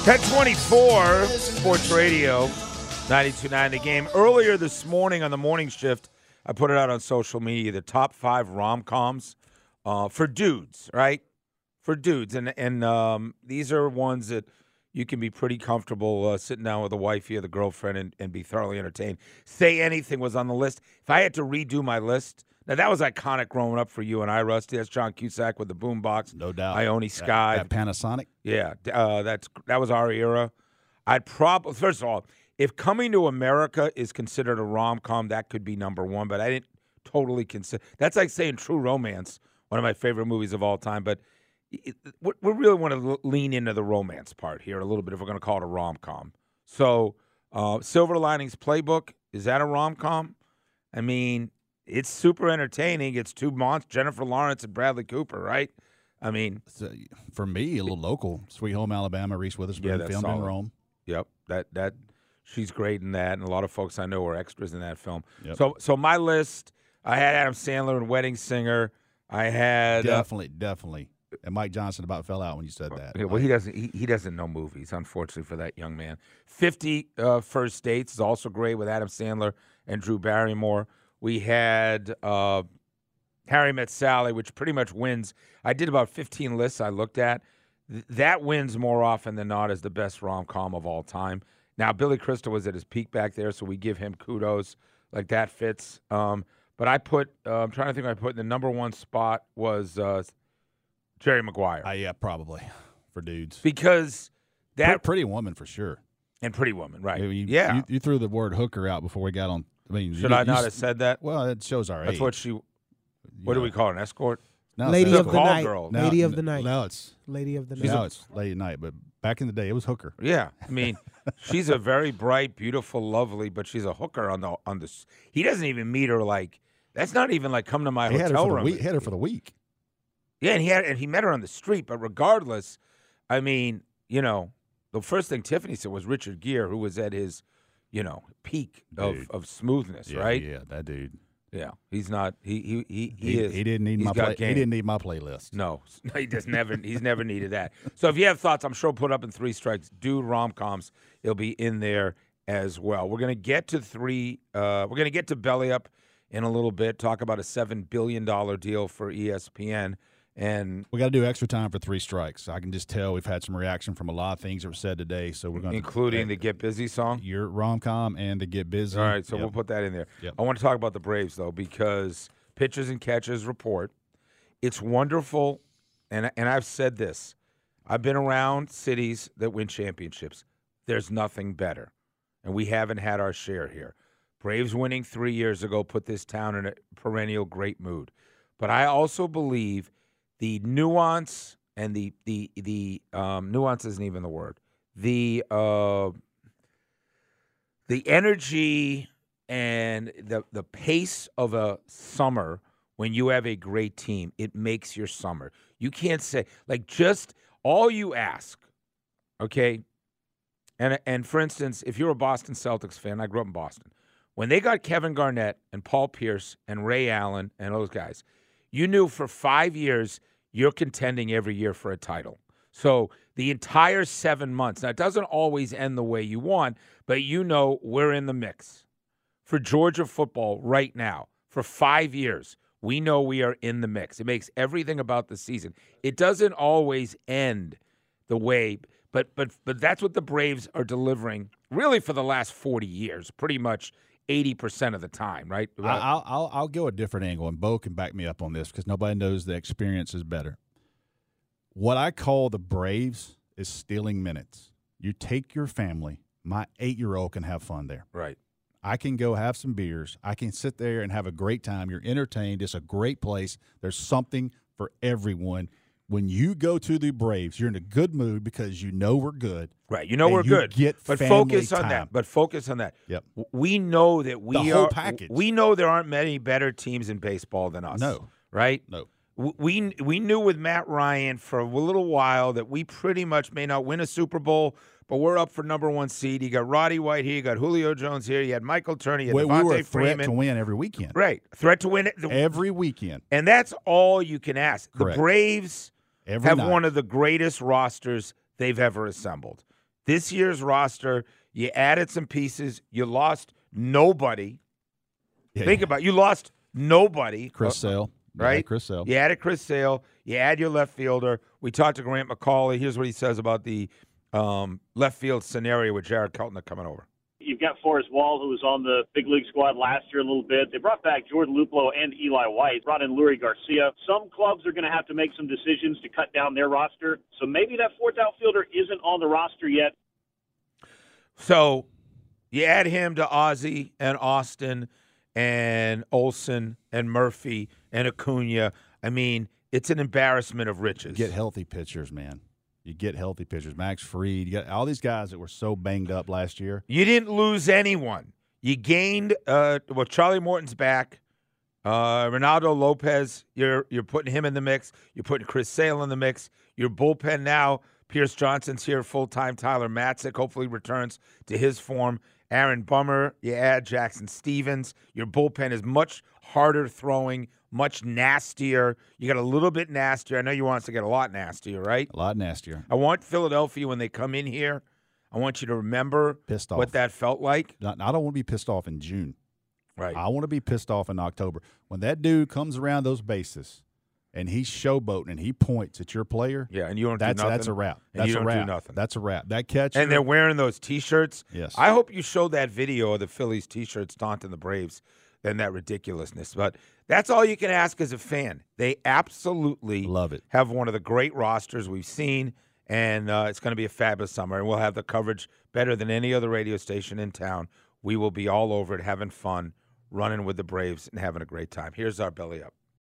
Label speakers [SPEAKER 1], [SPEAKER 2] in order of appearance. [SPEAKER 1] 1024 Sports Radio 929 the game. Earlier this morning on the morning shift, I put it out on social media the top five rom coms uh, for dudes, right? For dudes. And and um, these are ones that you can be pretty comfortable uh, sitting down with a wifey or the girlfriend and, and be thoroughly entertained. Say Anything was on the list. If I had to redo my list, now that was iconic growing up for you and I, Rusty. That's John Cusack with the boombox.
[SPEAKER 2] No doubt.
[SPEAKER 1] Ione Sky.
[SPEAKER 2] That Panasonic.
[SPEAKER 1] Yeah, d- uh, that's that was our era. I'd probably first of all, if Coming to America is considered a rom com, that could be number one. But I didn't totally consider. That's like saying True Romance, one of my favorite movies of all time. But it, it- we we really want to lean into the romance part here a little bit if we're going to call it a rom com. So, uh, Silver Linings Playbook is that a rom com? I mean, it's super entertaining. It's two months, Jennifer Lawrence and Bradley Cooper, right? I mean,
[SPEAKER 2] So, uh, for me, a little local. Sweet Home Alabama, Reese Witherspoon,
[SPEAKER 1] Yeah, that's
[SPEAKER 2] filmed in
[SPEAKER 1] solid.
[SPEAKER 2] Rome.
[SPEAKER 1] Yep. That that she's great in that, and a lot of folks I know are extras in that film.
[SPEAKER 2] Yep.
[SPEAKER 1] So so my list, I had Adam Sandler and Wedding Singer. I had uh,
[SPEAKER 2] Definitely, definitely. And Mike Johnson about fell out when you said that.
[SPEAKER 1] yeah, well, he doesn't. He, he doesn't know movies, unfortunately, for that young man. Fifty uh, First Dates is also great with Adam Sandler and Drew Barrymore. We had uh, Harry Met Sally, which pretty much wins. I did about fifteen lists I looked at. Th- that wins more often than not as the best rom com of all time. Now, Billy Crystal was at his peak back there, so we give him kudos. Like that fits. Um, but I put. Uh, I'm trying to think. What I put in the number one spot was uh, Jerry Maguire
[SPEAKER 2] I, Uh, yeah, probably for dudes.
[SPEAKER 1] because
[SPEAKER 2] Pre-
[SPEAKER 1] that
[SPEAKER 2] pretty woman for sure.
[SPEAKER 1] and Pretty Woman,
[SPEAKER 2] I
[SPEAKER 1] right?
[SPEAKER 2] mean, you-
[SPEAKER 1] yeah.
[SPEAKER 2] You, you threw the word hooker out before we got on. I mean,
[SPEAKER 1] Should
[SPEAKER 2] you,
[SPEAKER 1] I
[SPEAKER 2] you
[SPEAKER 1] not
[SPEAKER 2] s-
[SPEAKER 1] have said that?
[SPEAKER 2] well, it shows our
[SPEAKER 1] That's
[SPEAKER 2] age.
[SPEAKER 1] what she. What do we call her, an escort?
[SPEAKER 2] Now it's
[SPEAKER 3] Lady
[SPEAKER 2] not
[SPEAKER 3] of the
[SPEAKER 2] cool.
[SPEAKER 1] Call
[SPEAKER 3] night.
[SPEAKER 1] girl.
[SPEAKER 2] Now-
[SPEAKER 3] Lady of the night.
[SPEAKER 2] Now it's
[SPEAKER 3] Lady of the night.
[SPEAKER 2] now it's lady night, but back in the day it was hooker.
[SPEAKER 1] Yeah, I mean, she's a very bright, beautiful, lovely, but she's a hooker on the on the. s- He doesn't even meet her like. That's not even like come to my
[SPEAKER 2] He had her
[SPEAKER 1] hotel
[SPEAKER 2] for the
[SPEAKER 1] room.
[SPEAKER 2] week. Had her for the week.
[SPEAKER 1] Yeah, and he had and he met her on the street, but regardless, I mean, you know, the first thing Tiffany said was Richard Gere, who was at his, you know, peak of,
[SPEAKER 2] Dude.
[SPEAKER 1] of smoothness,
[SPEAKER 2] Yeah,
[SPEAKER 1] right?
[SPEAKER 2] Yeah, that dude.
[SPEAKER 1] Yeah, he's not. He he he, he,
[SPEAKER 2] He,
[SPEAKER 1] is.
[SPEAKER 2] he didn't need
[SPEAKER 1] He's
[SPEAKER 2] my
[SPEAKER 1] got
[SPEAKER 2] play, he
[SPEAKER 1] game.
[SPEAKER 2] didn't need my playlist.
[SPEAKER 1] No, no, he just never. he's never needed that. So if you have thoughts, I'm sure put up in three strikes. Do rom coms. It'll be in there as well. We're gonna get to three. Uh, we're gonna get to belly up in a little bit. Talk about a seven billion dollar deal for E ESPN. And
[SPEAKER 2] We got to do extra time for three strikes. I can just tell we've had some reaction from a lot of things that were said today. So we're going to
[SPEAKER 1] including the Get Busy song.
[SPEAKER 2] your rom com and the get busy.
[SPEAKER 1] All right, so
[SPEAKER 2] Yep.
[SPEAKER 1] we'll put that in there.
[SPEAKER 2] Yep.
[SPEAKER 1] I want to talk about the Braves though, because pitchers and catchers report. It's wonderful, and and I've said this. I've been around cities that win championships. There's nothing better, and we haven't had our share here. Braves winning three years ago put this town in a perennial great mood, but I also believe the nuance and the the the um, nuance isn't even the word. The uh, the energy and the the pace of a summer when you have a great team, it makes your summer. You can't say like just all you ask, okay? And and for instance, if you're a Boston Celtics fan, I grew up in Boston. When they got Kevin Garnett and Paul Pierce and Ray Allen and those guys, you knew for 5 years you're contending every year for a title. So the entire 7 months. Now it doesn't always end the way you want, but you know we're in the mix for Georgia football right now for five years. We know we are in the mix. It makes everything about the season. It doesn't always end the way, but but but that's what the Braves are delivering really for the last forty years, pretty much eighty percent of the time, right?
[SPEAKER 2] I- I'll, I'll I'll go a different angle, and Bo can back me up on this because nobody knows the experience is better. What I call the Braves is stealing minutes. You take your family. My eight year old can have fun there.
[SPEAKER 1] right.
[SPEAKER 2] I can go have some beers. I can sit there and have a great time. You're entertained. It's a great place. There's something for everyone. When you go to the Braves, you're in a good mood because you know we're good.
[SPEAKER 1] Right. You know
[SPEAKER 2] And
[SPEAKER 1] we're
[SPEAKER 2] you
[SPEAKER 1] good.
[SPEAKER 2] get
[SPEAKER 1] but
[SPEAKER 2] family
[SPEAKER 1] focus on
[SPEAKER 2] time.
[SPEAKER 1] that. But focus on that.
[SPEAKER 2] Yep.
[SPEAKER 1] W- We know that we
[SPEAKER 2] whole
[SPEAKER 1] are
[SPEAKER 2] package.
[SPEAKER 1] we know there aren't many better teams in baseball than us.
[SPEAKER 2] No.
[SPEAKER 1] Right?
[SPEAKER 2] No.
[SPEAKER 1] W- We we knew with Matt Ryan for a little while that we pretty much may not win a Super Bowl, but we're up for number one seed. You got Roddy White here, you got Julio Jones here, you had Michael Turner, you had
[SPEAKER 2] We, we were a
[SPEAKER 1] Devontae
[SPEAKER 2] threat
[SPEAKER 1] Freeman.
[SPEAKER 2] to win every weekend.
[SPEAKER 1] Right, threat to win, it.
[SPEAKER 2] Every weekend.
[SPEAKER 1] and that's all you can ask.
[SPEAKER 2] Correct.
[SPEAKER 1] The Braves
[SPEAKER 2] Every
[SPEAKER 1] have
[SPEAKER 2] night.
[SPEAKER 1] one of the greatest rosters they've ever assembled. This year's roster, you added some pieces. You lost nobody.
[SPEAKER 2] Yeah,
[SPEAKER 1] Think
[SPEAKER 2] yeah.
[SPEAKER 1] about it. you lost nobody.
[SPEAKER 2] Chris Sale, Yeah,
[SPEAKER 1] right?
[SPEAKER 2] Chris Sale.
[SPEAKER 1] You added Chris Sale. You add your left fielder. We talked to Grant McCauley. Here's what he says about the um, left field scenario with Jared Keltner coming over.
[SPEAKER 3] You've got Forrest Wall, who was on the big league squad last year a little bit. They brought back Jordan Luplo and Eli White, brought in Lurie Garcia. Some clubs are going to have to make some decisions to cut down their roster. So maybe that fourth outfielder isn't on the roster yet.
[SPEAKER 1] So you add him to Ozzy and Austin and Olson and Murphy and Acuna. I mean, it's an embarrassment of riches.
[SPEAKER 2] Get healthy pitchers, man. You get healthy pitchers. Max Freed. You got all these guys that were so banged up last year.
[SPEAKER 1] You didn't lose anyone. You gained uh well Charlie Morton's back. Uh Ronaldo Lopez, you're you're putting him in the mix. You're putting Chris Sale in the mix. Your bullpen now, Pierce Johnson's here full time. Tyler Matzik hopefully returns to his form. Aaron Bummer, you add Jackson Stevens. Your bullpen is much harder throwing, much nastier. You got a little bit nastier. I know you want us to get a lot nastier, right?
[SPEAKER 2] A lot nastier.
[SPEAKER 1] I want Philadelphia when they come in here. I want you to remember
[SPEAKER 2] Pissed off.
[SPEAKER 1] what that felt like.
[SPEAKER 2] Not- I don't want to be pissed off in June.
[SPEAKER 1] Right.
[SPEAKER 2] I want to be pissed off in October. When that dude comes around those bases and he's showboating and he points at your player,
[SPEAKER 1] yeah, and you don't
[SPEAKER 2] that's
[SPEAKER 1] do nothing.
[SPEAKER 2] that's a wrap.
[SPEAKER 1] And
[SPEAKER 2] That's
[SPEAKER 1] you
[SPEAKER 2] a
[SPEAKER 1] don't do
[SPEAKER 2] wrap.
[SPEAKER 1] nothing.
[SPEAKER 2] That's a wrap. That catch.
[SPEAKER 1] And they're wearing those T-shirts.
[SPEAKER 2] Yes.
[SPEAKER 1] I hope you showed that video of the Phillies T-shirts taunting the Braves and that ridiculousness. But that's all you can ask as a fan. They absolutely
[SPEAKER 2] Love it.
[SPEAKER 1] have one of the great rosters we've seen, and uh, it's going to be a fabulous summer. And we'll have the coverage better than any other radio station in town. We will be all over it, having fun, running with the Braves, and having a great time. Here's our belly up.